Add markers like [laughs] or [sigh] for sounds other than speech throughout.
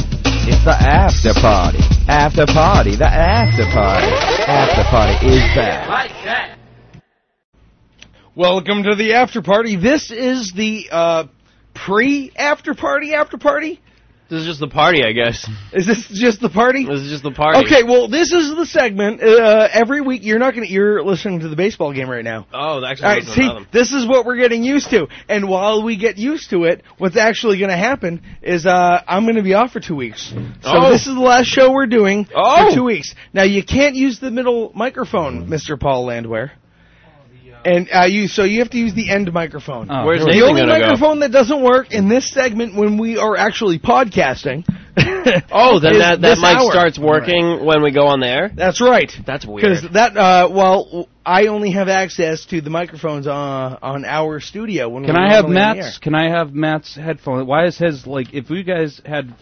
the after party. After party. The after party. After party is back. Welcome to the after party. This is the uh, pre-after party. After party? This is just the party, I guess. [laughs] Is this just the party? This is just the party. Okay, well, this is the segment. Uh, every week, you're not going to. You're listening to the baseball game right now. Oh, that actually All right, wasn't see, another. this is what we're getting used to, and while we get used to it, what's actually going to happen is uh, I'm going to be off for two weeks. So Oh. this is the last show we're doing Oh. for two weeks. Now you can't use the middle microphone, Mr. Paul Landwehr, and uh, you so you have to use the end microphone. Oh. Where's The The Nathan only gonna microphone that doesn't work in this segment when we are actually podcasting. go? [laughs] Oh, then is that that this mic hour. starts working when we go on the air. That's right. That's weird. Because that, uh, well, I only have access to the microphones on on our studio. When Can we're I have normally on the Matt's? Can I have Matt's headphone? Why is his like? If you guys had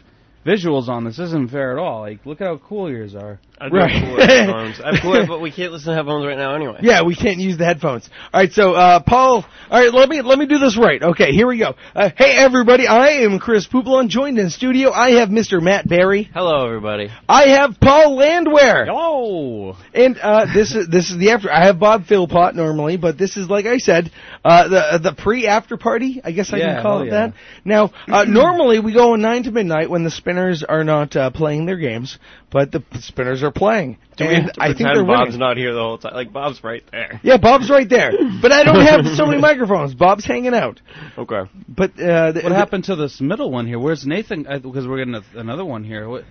visuals on this, this isn't fair at all. Like, look how cool yours are. I'd Right. go for headphones. [laughs] I'd go- but we can't listen to headphones right now anyway. air? Yeah, we can't use the headphones. All right, so uh, Paul. All right, let me let me do this right. Okay, here we go. Uh, hey everybody, I am Chris Pouplon. Joined in studio, I have Mr. Matt Barry. Hello, everybody. I have Paul Landwehr. Hello. And uh, this is this is the after. I have Bob Philpott normally, but this is like I said, uh, the the pre after party. I guess I Yeah, can call hell it yeah. that. Now, uh, [clears throat] normally we go on nine to midnight when the spinners are not uh, playing their games, but the spinners are playing, Do we and have to I think pretend they're Bob's winning. not here the whole time? Like Bob's right there. yeah, Bob's right there, but I don't have so many [laughs] microphones. Bob's hanging out, Okay. but uh, the, What happened to this middle one here? Where's Nathan? I- Because we're getting a, another one here. What,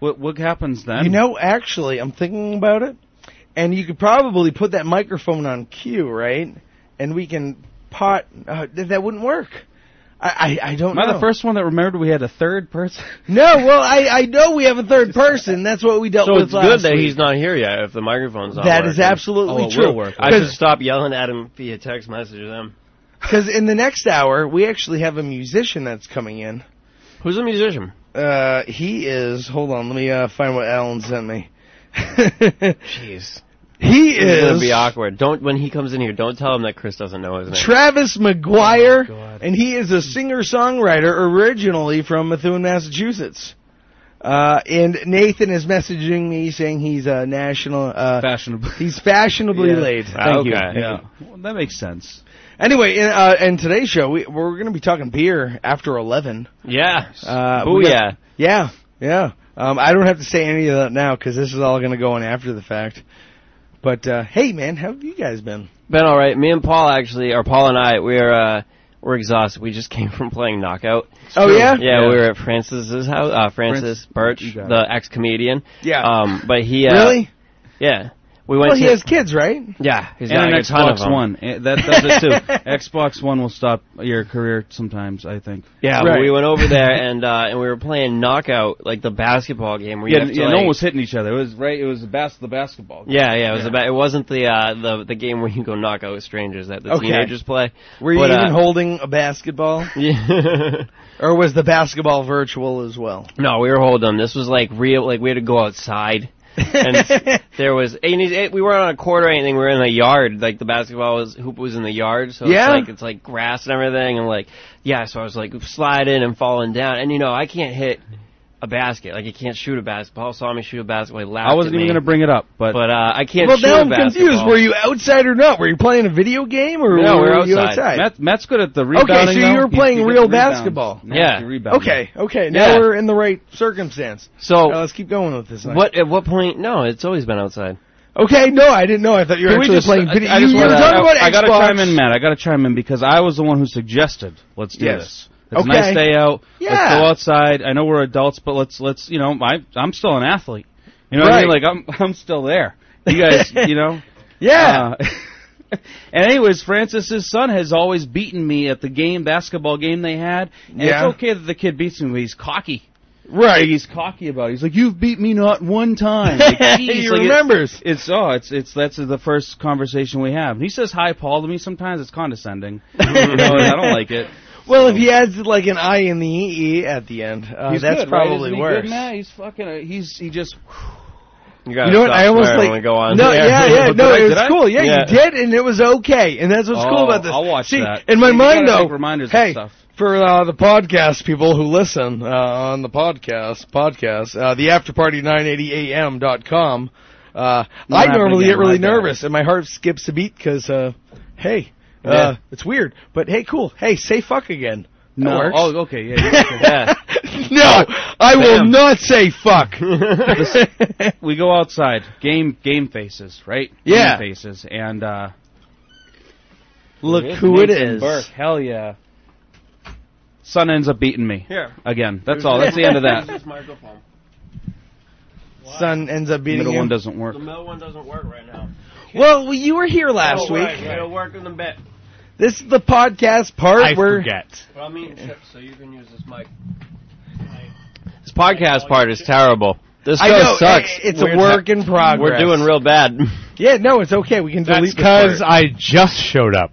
what what happens then? You know, actually, I'm thinking about it, and you could probably put that microphone on cue, right? And we can pot. Uh, th- that wouldn't work. I I, I don't Am I know. the first one that remembered we had a third person? No, well, I I know we have a third person. That's what we dealt So with it's last good that week. he's not here yet. If the microphone's not That working. is absolutely Oh, it will true. work. I should Because stop yelling at him via text message. Them. because in the next hour we actually have a musician that's coming in. Who's a musician? Uh, he is. Hold on, let me uh, find what Alan sent me. [laughs] Jeez. he This is gonna is be awkward. Don't when he comes in here. Don't tell him that Chris doesn't know his name. Travis McGuire, Oh, God. and he is a singer-songwriter originally from Methuen, Massachusetts. Uh, and Nathan is messaging me saying he's a national. Uh, [laughs] Fashionable. he's fashionably Yeah. late. Ah, Thank you. okay. Thank Yeah. you. Well, that makes sense. Anyway, in, uh, in today's show, we, we're going to be talking beer after eleven. yeah. Uh, we got- Booyah. Yeah, yeah. Um, I don't have to say any of that now because this is all going to go on after the fact. But uh, hey, man, how have you guys been? Been all right. Me and Paul actually, or Paul and I, we're uh, we're exhausted. We just [laughs] came from playing knockout. Oh yeah, Yeah. Yeah, we were at Francis's house. Uh, Francis- Francis Birch, you got the ex comedian. Yeah. Um, but he uh, really? Yeah. We went Well, to he has kids, right? yeah. He's got and like an a ton of Xbox them. One. Eh, That does it too. Xbox One will stop your career sometimes. I think. Yeah, but Right. we went over [laughs] there and uh, and we were playing knockout, like the basketball game. Where you Yeah, have to, yeah like- no one was hitting each other. It was right. It was the bas- the basketball. Yeah, yeah, it was about. It wasn't the uh, the the game where you go knock out strangers that the Okay. teenagers play. Were you But, even uh, holding a basketball? [laughs] Yeah. Or was the basketball virtual as well? no, we were holding them. This was like real. Like we had to go outside. [laughs] and there was and it- it- we weren't on a court or anything. We were in a yard. Like the basketball was hoop was in the yard, so Yeah. it's like it's like grass and everything. And like yeah, so I was like sliding and falling down. And you know I can't hit a basket. Like I can't shoot a basketball. Saw me shoot a basketball. He laughed I wasn't at even me. going to bring it up, but, But uh, I can't. well, shoot now a I'm basketball. confused. Were you outside or not? Were you playing a video game or No, were we're you outside. outside? Matt, Matt's good at the rebounding. so you though. were He- playing he gets real rebounds. basketball. Yeah. Nasty rebounding. Okay, okay. Now Yeah. we're in the right circumstance. So Oh. All right, let's keep going with this. Night. what? At what point? No, it's always been outside. Okay, no, I didn't know. I thought you were Can we actually just- playing I- video. I you just you were wanna- talking about I, I gotta Xbox. chime in, Matt. I gotta chime in because I was the one who suggested let's do Yes. this. It's Okay. a nice day out. Let's Yeah. go outside. I know we're adults, but let's let's you know I I'm still an athlete. You know what I mean? Right. Like I'm [laughs] I'm still there. You [laughs] guys, you know. Yeah. Uh, [laughs] and anyways, Francis's son has always beaten me at the game basketball game they had. And Yeah. it's okay that the kid beats me, but he's cocky. right. [laughs] He's cocky about it. He's like, "You've beat me not one time." Like, he geez, like, it- remembers. it's oh, it's it's that's the first conversation we have. And he says hi, Paul, to me. Sometimes it's [laughs] condescending. you know, and I don't like it. well, if he adds like an I in the E at the end, uh, He's that's good, right? probably Isn't he worse. Good, Matt? He's fucking. uh he's he just. You, gotta You know what? stop I almost swearing like when we go on. no, the air. [laughs] [laughs] yeah, yeah, But no, did I- it was did I? cool. Yeah, Yeah. you did, and it was okay, and that's what's cool Oh, about this. I'll watch See, that. in my You gotta mind take though, reminders of hey, stuff. for uh, the podcast people who listen uh, on the podcast podcast uh, the after party 980 am dot com. Uh, I happening normally again get really like that. nervous and my heart skips a beat because uh, hey, uh, Yeah. it's weird, but hey, cool. Hey, say [laughs] fuck again. That No. works. Oh, okay. Yeah. yeah, okay. Yeah. no, I will Bam. not [laughs] say fuck. [laughs] [laughs] we go outside. Game game faces, right? Yeah. Game faces and uh Look It's who it Nathan is. Burke. hell yeah. Sun ends up beating me. Here. Again. That's all. That's the end of [laughs] that. [laughs] microphone. Son ends up beating Middle him. one doesn't work. middle one doesn't work right now. Well, you were here last Oh, week. It'll work in a bit. This is the podcast part where But I'm eating chips, so you can use this mic. This podcast part is terrible. This I show know sucks. it- It's a work in progress. We're doing real bad. Yeah, no, it's okay. We can That's delete this because part. I just showed up.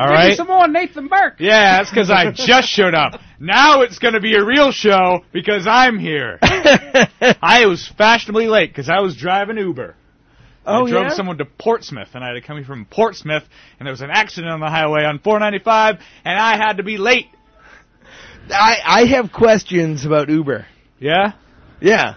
All right. Some more Nathan Burke. Yeah, that's because I just showed up. Now it's going to be a real show because I'm here. I was fashionably late because I was driving Uber. [laughs] oh I drove yeah. someone to Portsmouth, and I had to come here from Portsmouth, and there was an accident on the highway on 495, and I had to be late. I I have questions about Uber. Yeah? Yeah.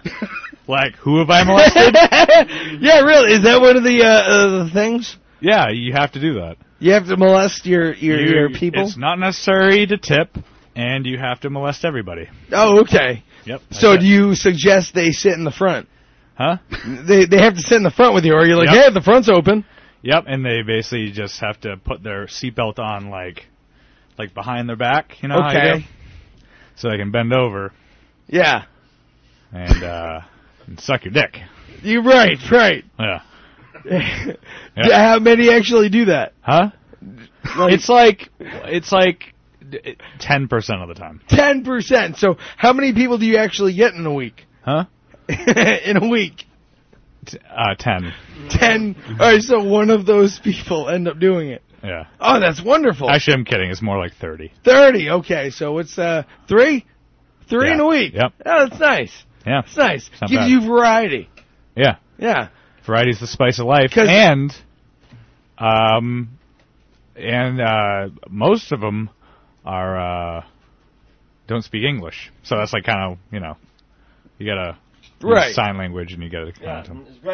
Like, who have I molested? [laughs] yeah, really. Is that one of the uh, uh, the things yeah, you have to do that. you have to molest your your, You- your people? It's not necessary to tip, and you have to molest everybody. Oh, okay. Yep. So That's do it. you suggest they sit in the front? Huh? They they have to sit in the front with you, or you're like, Yep. yeah, the front's open. Yep, and they basically just have to put their seatbelt on like like behind their back, you know how you okay. do? so they can bend over Yeah. and uh [laughs] and suck your dick. You're right. Right. Yeah. How many actually do that? Huh? Like- it's like it's like 10% of the time. Ten percent. So how many people do you actually get in a week? [laughs] Huh? in a week. T- uh 10. Ten. All right. So one of those people end up doing it. Yeah. Oh, that's wonderful. Actually, I'm kidding. It's more like 30. Thirty. Okay. So it's uh three, three in Yeah, a week. yep. Oh, that's nice. Yeah. That's nice. not Gives bad. you variety. Yeah. Yeah. Variety's the spice of life 'Cause- and um and uh most of them are uh don't speak English. So that's like kind of, you know, you got to Right. sign language and you got to yeah.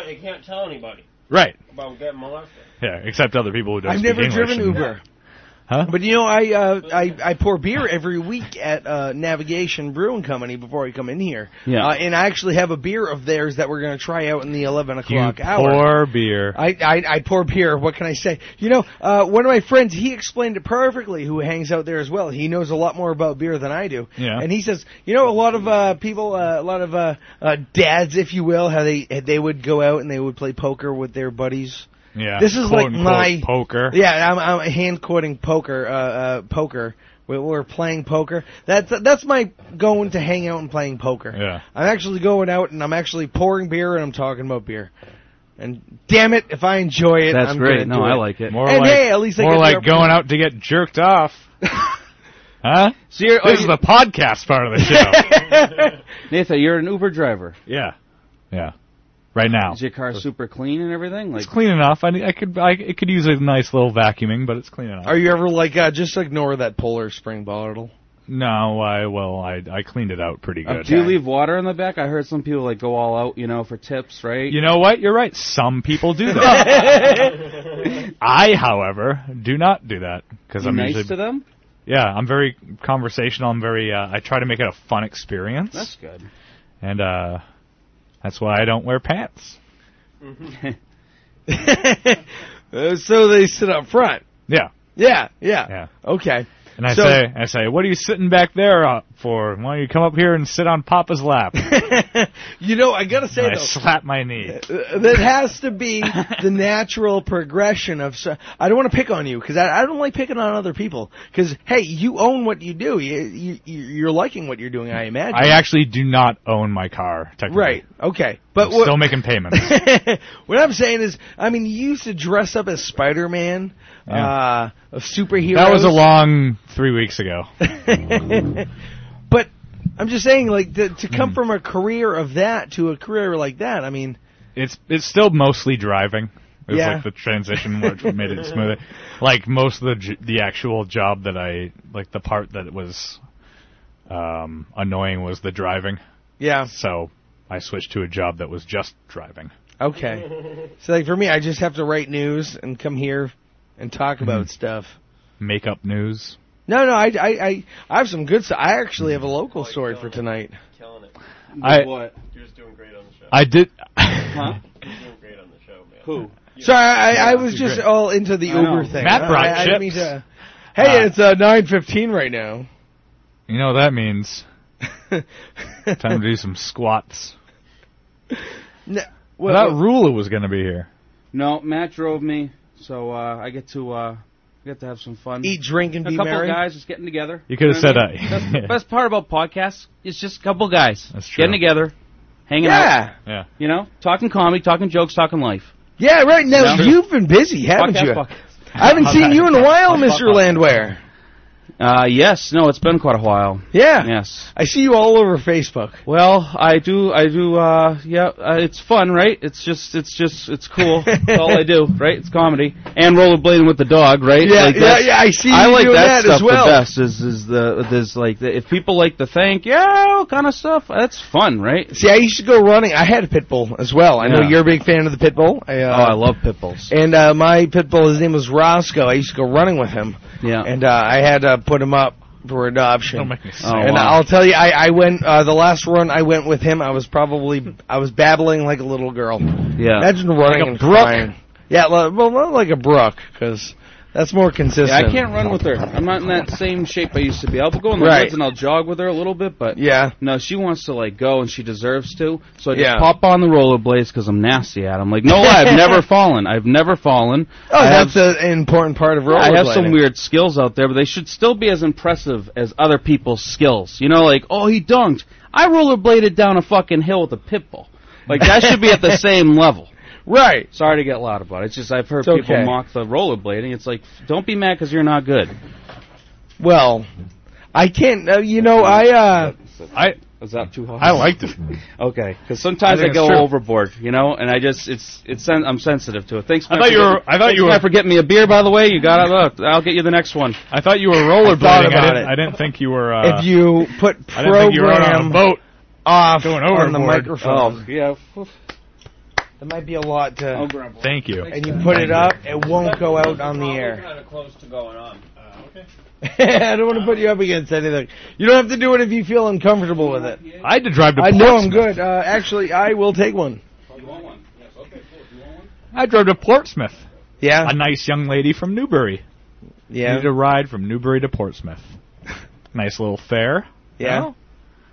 you can't tell anybody Right. about getting molested. Yeah, except other people who don't I've speak never English driven and- Uber, Huh? but you know I uh I I pour beer every week at uh Navigation Brewing Company before I come in here. Yeah. Uh, and I actually have a beer of theirs that we're going to try out in the eleven you o'clock hour. pour beer. I, I I pour beer. What can I say? You know, uh, one of my friends he explained it perfectly. Who hangs out there as well? He knows a lot more about beer than I do. Yeah. And he says, you know, a lot of uh, people, uh, a lot of uh, uh, dads, if you will, how they they would go out and they would play poker with their buddies. yeah. this is quote, like unquote, my- poker. Yeah, I'm, I'm hand quoting poker. Uh, uh, poker. We- We're playing poker. That's that's my going to hang out and playing poker. Yeah. I'm actually going out and I'm actually pouring beer and I'm talking about beer. And damn it, if I enjoy it, That's I'm great. gonna No, do I it. like it. More And like hey, at least I more get like their- going out to get jerked off. huh? So you're, Oh, oh, This is the podcast [laughs] part of the show. Nathan, you're an Uber driver. yeah. Yeah. Right now. Is your car super clean and everything? Like It's clean enough. I, I could I, it could use a nice little vacuuming, but it's clean enough. Are you ever like uh, just ignore that Polar Spring bottle? [laughs] no, I well I I cleaned it out pretty good. Um, do you leave water in the back? I heard some people like go all out, you know, for tips, right? You know what? You're right. Some people do that. I, however, do not do that because Be I'm nice usually to them. yeah I'm very conversational. I'm very uh, I try to make it a fun experience, That's good. and uh, that's why I don't wear pants. Uh, so they sit up front. Yeah, Yeah, yeah. yeah. Okay. [laughs] And I So- say I say, what are you sitting back there uh, for? Why don't you come up here and sit on Papa's lap? and You know, I gotta say I though, slap my knee. Uh, that has to be the natural progression of. So, I don't want to pick on you because I, I don't like picking on other people. Because hey, you own what you do. You, you you- you're liking what you're doing. I imagine. I actually do not own my car. Technically. right. Okay. But I'm what, still making payments. [laughs] what I'm saying is, I mean, you used to dress up as Spider-Man, uh, of superheroes. that was a long three [laughs] weeks ago. But I'm just saying, like, to, to Hmm. come from a career of that to a career like that. I mean, It's it's still mostly driving. It was Yeah. like the transition which made it smoother. [laughs] Like most of the j- the actual job that I like the part that was um, annoying was the driving. Yeah. So I switched to a job that was just driving. [laughs] Okay. So like for me, I just have to write news and come here and talk about stuff. Make up news. No, no, I, I, I, I have some good stuff. I actually have a Oh, local story for tonight. Killing it. I what? You're just doing great on the show. I did. Huh? You're doing great on the show, man. Who? Sorry, I, I- I was you're just great. all into the I know. Uber thing. Matt I- brought I, I didn't mean chips. to- Hey, Uh, it's uh, nine fifteen right now. [laughs] You know what that means? Time to do some squats. No, what- Well, that what- ruler was going to be here. No, Matt drove me, so uh, I get to uh, I get to have some fun. [laughs] eat, drink, and a be couple merry. of guys just getting together. You could have said know what I I. [laughs] mean? That's the best part about podcasts. It's just a couple of guys That's true. getting together, hanging out, Yeah, Yeah. you know, talking comedy, talking jokes, talking life. yeah, right. Now No. you've been busy, haven't podcast, you? podcast. I haven't seen you in a while, Podcast. Mister Landwehr. Uh, yes, no, it's been quite a while. Yeah. Yes. I see you all over Facebook. Well, I do, I do, uh, yeah, uh, it's fun, right? It's just, it's just, it's cool. That's all I do, right? It's comedy. And rollerblading with the dog, right? Yeah, Like, yeah, that's- yeah. I see. I you like doing that, stuff as well. the best. Is is the there's like the, if people like the thank you kind of stuff. That's fun, right? See, I used to go running. I had a pit bull as well. I know Yeah. you're a big fan of the pit bull. I, uh, oh, I love pit bulls. And uh, my pit bull, his name was Roscoe. I used to go running with him, Yeah. and uh, I had to put him up for adoption. Don't make me say. Oh, and uh, wow. I'll tell you, I, I went uh, the last run I went with him. I was probably I was babbling like a little girl. yeah. Imagine running Like a and brook. crying. Yeah, li- well, not like a brook, because that's more consistent. Yeah, I can't run with her. I'm not in that same shape I used to be. I'll go in the Right. woods and I'll jog with her a little bit, but Yeah. no, she wants to like go and she deserves to. So I just Yeah. pop on the rollerblades because I'm nasty at them. Like, no, lie, [laughs] I've never fallen. I've never fallen. Oh, I have that's an important part of rollerblading. I have some weird skills out there, but they should still be as impressive as other people's skills. You know, like, oh, he dunked. I rollerbladed down a fucking hill with a pit bull. Like, that should be at [laughs] the same level. Right. Sorry to get loud about it. It's just I've heard It's people okay. mock the rollerblading. It's like, don't be mad because you're not good. Well, I can't. Uh, you know, I. uh I Is that too hard? I liked it. Okay, because sometimes I I, think go it's true. overboard, you know, and I just it's it's sen- I'm sensitive to it. Thanks. I Matt, thought for you were. getting- I thought you Thanks, Matt, were. for getting me a beer, by the way. You got it. Look, I'll get you the next one. I thought you were rollerblading. I, about didn't, it. I didn't think you were. Uh, if you put I didn't think you were out on a program boat. off going on the overboard. Oh. microphone, yeah. there might be a lot to. Thank you. And you put it up, it won't go out on the air. [laughs] Kind of close to going on. Uh, I don't want to put you up against anything. You don't have to do it if you feel uncomfortable with it. I had to drive to. I know I'm Portsmouth. good. Uh, actually, I will take one. I drove to Portsmouth. Yeah. A nice young lady from Newbury Yeah. needed a ride from Newbury [laughs] to Portsmouth. nice little fare. Yeah.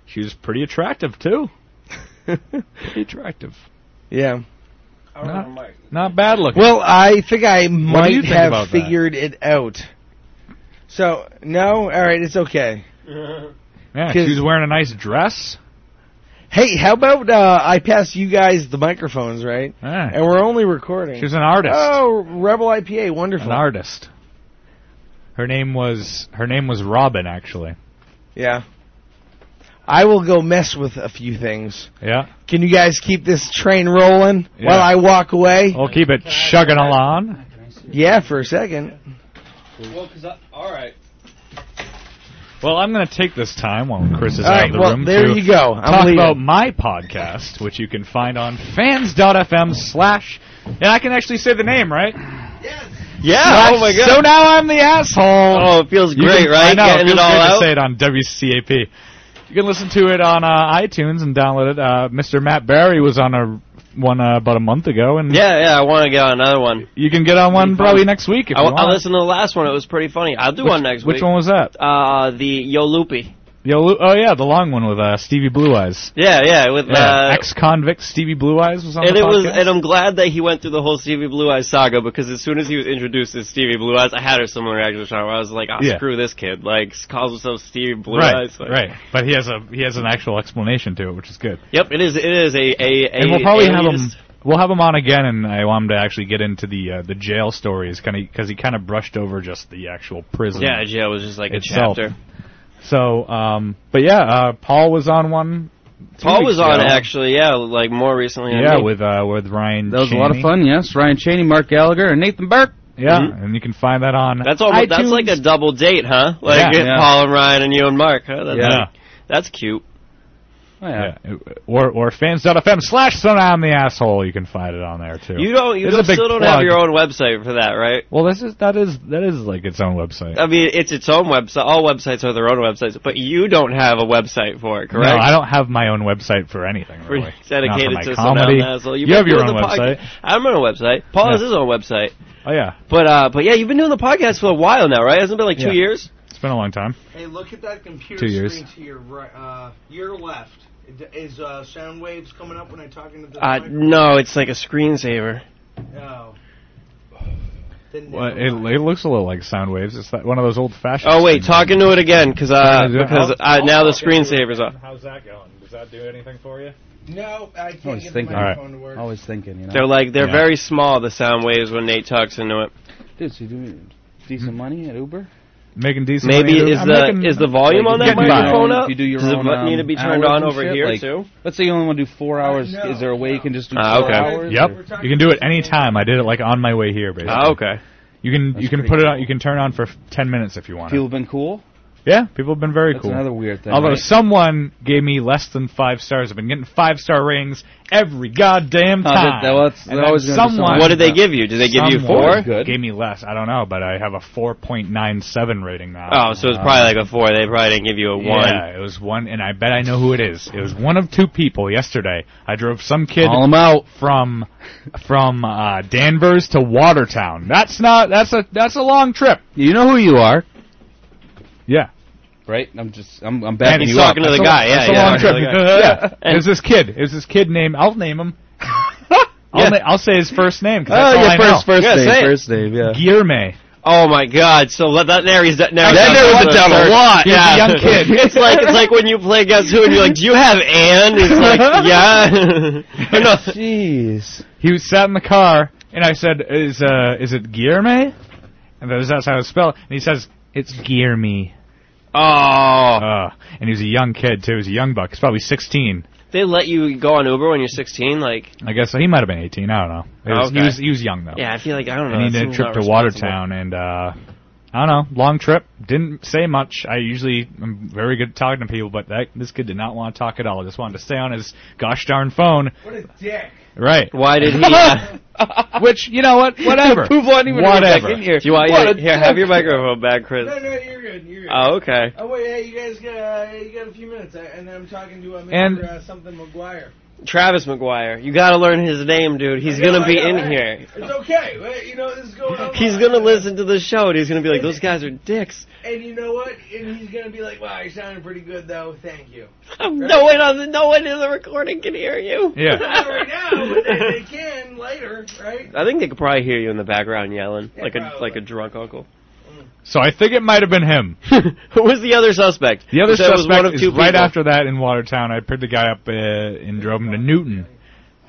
She was pretty attractive too. Pretty attractive. [laughs] yeah. Not, not bad looking. Well, I think I do you might think have about that? figured it out. So, no? All right, it's okay. yeah, 'cause- she was wearing a nice dress. Hey, how about uh, I pass you guys the microphones, right? Yeah. And we're only recording. She was an artist. Oh, Rebel IPA, wonderful. An artist. Her name was her name was Robin actually. Yeah. I will go mess with a few things. Yeah. Can you guys keep this train rolling Yeah. Oh. while I walk away? We'll keep it chugging along. Yeah, for a second. [laughs] Well, cause I, all right. Well, I'm going to take this time while Chris All is out right, of the well, room there to you go. I'm talk leaving. about my podcast, which you can find on fans.fm slash. And I can actually say the name, right? Yeah. oh my god. So now I'm the asshole. [laughs] oh, it feels You great, can- right? I know. Getting it it feels all great out. to say it on WCAP. You can listen to it on uh, iTunes and download it. Uh, Mr. Matt Barry was on a one uh, about a month ago, and yeah, yeah. I want to get on another one. you can get on one probably next week if I, you want. I listened to the last one. It was pretty funny. I'll do which, one next Which week. one was that? Uh, the Yo Loopy. Yo, Lu- oh yeah, the long one with uh, Stevie Blue Eyes. Yeah, yeah. With Yeah, uh, ex-convict Stevie Blue Eyes was on and the it was, podcast. and I'm glad that he went through the whole Stevie Blue Eyes saga because as soon as he was introduced as Stevie Blue Eyes, I had a similar reaction to Sean where I was like, oh, Yeah. screw this kid. Like, calls himself Stevie Blue right, Eyes. Like, right. But he has a he has an actual explanation to it, which is good. Yep, it is, it is a, a, a and we'll probably a have him elitist- we'll have him on again, and I want him to actually get into the uh, the jail stories, kind of because he kind of brushed over just the actual prison. Yeah, yeah, it was just like Itself. a chapter. So, um, but yeah, uh, Paul was on one Paul was on action. actually, yeah, like more recently. than Yeah, me. with uh, with Ryan. That was a lot of Chaney. fun. Yes, Ryan Cheney, Mark Gallagher, and Nathan Burke. Yeah, Mhm. and you can find that on. that's almost that's iTunes. like a double date, huh? Like Yeah. uh, Yeah. [laughs] Paul and Ryan and you and Mark. Huh? That's Yeah. like- that's cute. Oh, yeah. yeah. or or fans.fm slash son I'm the asshole. You can find it on there too. You don't you It's a don't, big still don't plug. have your own website for that, right? Well, this is that is that is like its own website. I mean, it's its own website. All websites are their own websites, but you don't have a website for it, correct? No, I don't have my own website for anything. For- Really. it's Not for dedicated my to some comedy. asshole. You've you been have your doing own the website. podca- I'm on a website. Paul has Yeah. his own website. Oh yeah, But uh, but yeah, you've been doing the podcast for a while now, right? Hasn't it been like two Yeah. years? it's been a long time. Hey, look at that computer Two screen years. to your right, uh, your left. D- Is uh, sound waves coming up when I talk into the Uh, mic? no, it's like a screensaver. No. Then Well, never it, mind. it looks a little like sound waves. It's that one of those old fashioned. Oh wait, talking to it again because uh, Trying to do it. because Oh, uh, now the screensaver's off. How's that going? Does that do anything for you? No, I can't Always get the thinking. microphone Alright. to work. Always thinking, you know. They're like they're Yeah. very small. The sound waves when Nate talks into it. Dude, so you doing decent money at Uber? Making decent. Maybe money. is I'm the making- is the volume like, on you that can do your own- microphone up? you do your Does own, it bu- need to um, be turned hours on and over shit, here like- too? Let's say you only want to do four hours. Uh, no, Is there a way you no. can just do Ah, four okay. hours? Yep, or- talking you can do it about any something. time. I did it like on my way here, basically. Oh, okay. You can That's you can pretty put it cool. on. You can turn it on for f- ten minutes if you want. People have been cool. Yeah, people have been very That's cool. another weird thing. Although right? someone gave me less than five stars. I've been getting five star ratings every goddamn Oh, that- time. that- well, that's- and that then was gonna be someone, something. What did they give you? Did they give you someone four? Good. Gave me less. I don't know, but I have a four point nine seven rating now. Oh, so it's probably like a four. They probably didn't give you a one. Yeah, it was one, and I bet I know who it is. It was one of two people yesterday. I drove some kid Call 'em out. from from uh, Danvers to Watertown. That's not that's a that's a long trip. You know who you are, Yeah, right? I'm just I'm, I'm backing you he's talking up. to the That's a- guy. Yeah, that's [laughs] a yeah. long talking trip. to the guy. [laughs] yeah, And- it was this kid. It was this kid named. I'll name him. [laughs] I'll, Yeah. na- I'll say his first name because Oh, that's all yeah, I first, know. first Yeah, name, say it. first name, [laughs] yeah. Guillerme. Oh my god! So let that there he's that now That he's there down went to down a third. lot. He's a Yeah, young [laughs] kid. it's like it's like when you play Guess Who and you're like, do you have Anne? It's like [laughs] yeah. [laughs] Or no. Jeez. He was sat in the car, and I said, "Is uh, is it Guillerme?" And that was, that's how it's spelled. And he says, "It's Guillerme." Oh, Uh, and he was a young kid too. He was a young buck. He's probably 16. they let you go on Uber when you're 16. Like I guess he might have been 18. I don't know. He was, he Okay. was, he was young though. yeah, I feel like I don't know. And he that did a seems trip not to responsible. Watertown, and uh, I don't know, long trip. Didn't say much. I usually am very good at talking to people, but that, this kid did not want to talk at all. Just wanted to stay on his gosh darn phone. What a dick. Right. Why did he? [laughs] Uh, Which you know what? Whatever. Move on, even Whatever. Back in here. do you want What here, a here, have your microphone back, Chris? No, no, you're good. You're good. Oh, okay. Oh wait, hey, you guys got uh, you got a few minutes, I, and I'm talking to uh, Mr. And- uh, something McGuire. Travis McGuire, you gotta learn his name, dude. He's gonna be in here. It's okay. Wait, you know this is going on. He's gonna listen to the show, and he's gonna be like, "Those guys are dicks." [laughs] And you know what? And he's gonna be like, "Wow, you're sounding pretty good, though. Thank you." No one on the, no one in the recording can hear you. Yeah. Not right now, [laughs] but they, they can later, right? I think they could probably hear you in the background yelling, Yeah, like a probably. like a drunk uncle. [laughs] So I think it might have been him. Who was the other suspect? The other You said it was suspect one of is two right people. after that in Watertown. I picked the guy up uh, and drove him to Newton,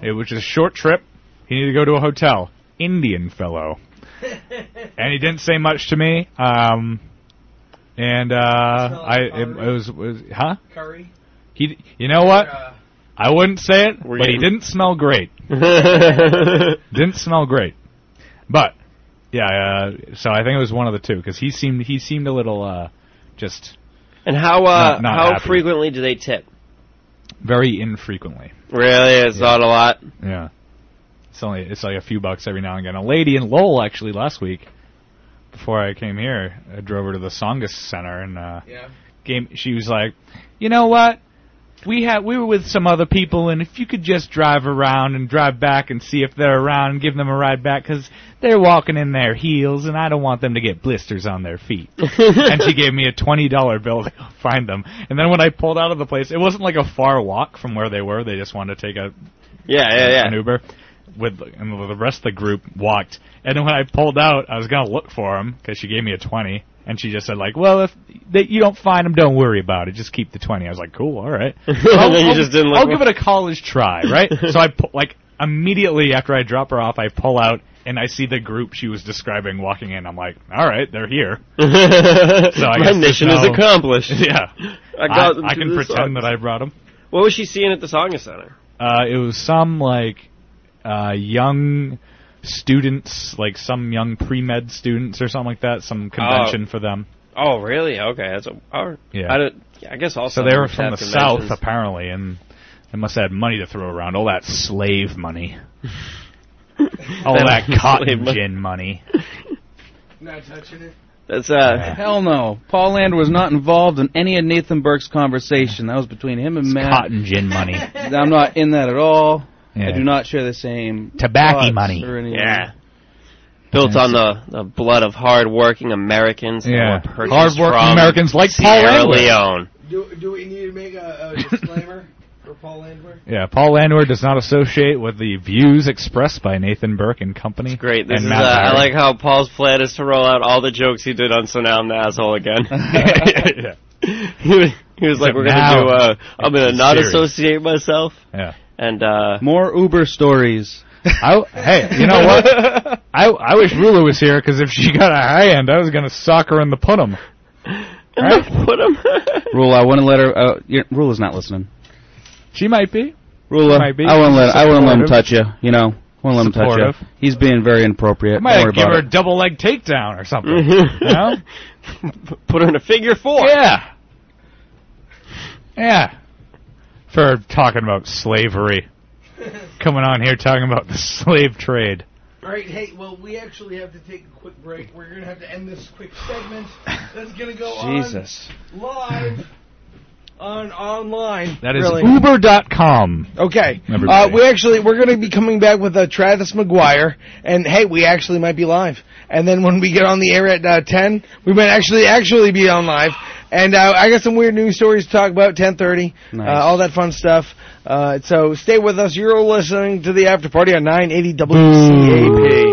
It which is a short trip. He needed to go to a hotel. Indian fellow, and he didn't say much to me. Um, and uh, Smell I like it, pottery. it was was huh? [laughs] Curry. He you know what? Uh, I wouldn't say it, We're but he getting- didn't smell great. Didn't smell great, but yeah. Uh, so I think it was one of the two because he seemed he seemed a little uh, just [laughs] and how uh Not- not how happy. frequently do they tip? very infrequently. Really, it's not a [laughs] lot. Yeah. It's only it's like a few bucks every now and again. A lady in Lowell actually last week, before I came here, I drove her to the Songus Center and uh yeah. game she was like, You know what? We had we were with some other people and if you could just drive around and drive back and see if they're around and give them a ride back because they're walking in their heels and I don't want them to get blisters on their feet. and she gave me a twenty dollar bill to go find them. And then when I pulled out of the place, it wasn't like a far walk from where they were. They just wanted to take a Yeah, yeah, yeah. [laughs] an Uber with and the rest of the group walked. And then when I pulled out, I was gonna look for him because she gave me a twenty, and she just said like, "Well, if they, you don't find him, don't worry about it. Just keep the 20. I was like, "Cool, [laughs] all right." And then you just didn't look I'll for- give it a college try, [laughs] right? so I pu- like immediately after I drop her off, I pull out and I see the group she was describing walking in. I'm like, "All right, they're here." My guess there's mission is [laughs] no- accomplished. yeah, I got. I, I can pretend that I brought them. What was she seeing at the Saga Center? Uh, it was some like uh, young students, like some young pre med students or something like that. Some convention for them. Oh, really? Okay, that's a. all right. Yeah. I, don't- yeah, I guess also. So they were from the south apparently, and they must have had money to throw around. All that slave money. [laughs] All that Slave cotton money. [laughs] gin money. Not touching it. That's uh. Hell no. Paul Land was not involved in any of Nathan Burke's conversation. That was between him and Matt. Cotton gin [laughs] money. I'm not in that at all. Yeah. I do not share the same Tobacco thoughts money. or anything. Yeah. Built on the, the blood of hard-working Americans. that Yeah. were purchased Hard-working from Americans like Paul Sierra Landwehr. Leone. Do, do we need to make a, [laughs] a disclaimer for Paul Landwehr? Yeah, Paul Landwehr does not associate with the views expressed by Nathan Burke and company. It's great. This and is. Uh, Matt I Lauer. like how Paul's plan is to roll out all the jokes he did on So Now I'm the Asshole again. [laughs] [laughs] yeah, he, was- he was like, Except "We're gonna now do. Uh, I'm gonna it's not serious. associate myself." yeah. And uh, [laughs] More Uber stories. I, hey, you know what? I I wish Rula was here because if she got a high end, I was gonna sock her in the putum. Right? put [laughs] him. [laughs] Rula, I wouldn't let her. Uh, yeah, Rula's not listening. She might be. Rula, Might be. I wouldn't let. I wouldn't let him Supportive. touch you. You know, wouldn't let him Supportive. touch you. He's being very inappropriate. I might Don't worry give about her a it. Mm-hmm. double leg takedown or something. Mhm. you know? put her in a figure four. Yeah. Yeah. For talking about [laughs] slavery. Coming on here talking about the slave trade. All right, hey, well, we actually have to take a quick break. We're going to have to end this quick segment that's going to go Jesus. on live on online. That is really. Uber dot com. Okay. Uh, Everybody. we actually we're going to be coming back with uh, Travis McGuire, and hey, we actually might be live. And then when we get on the air at uh, ten, we might actually actually be on live. And uh, I got some weird news stories to talk about. Ten thirty, Nice. uh, all that fun stuff. Uh, so stay with us. You're listening to the after party on nine eighty WCAP.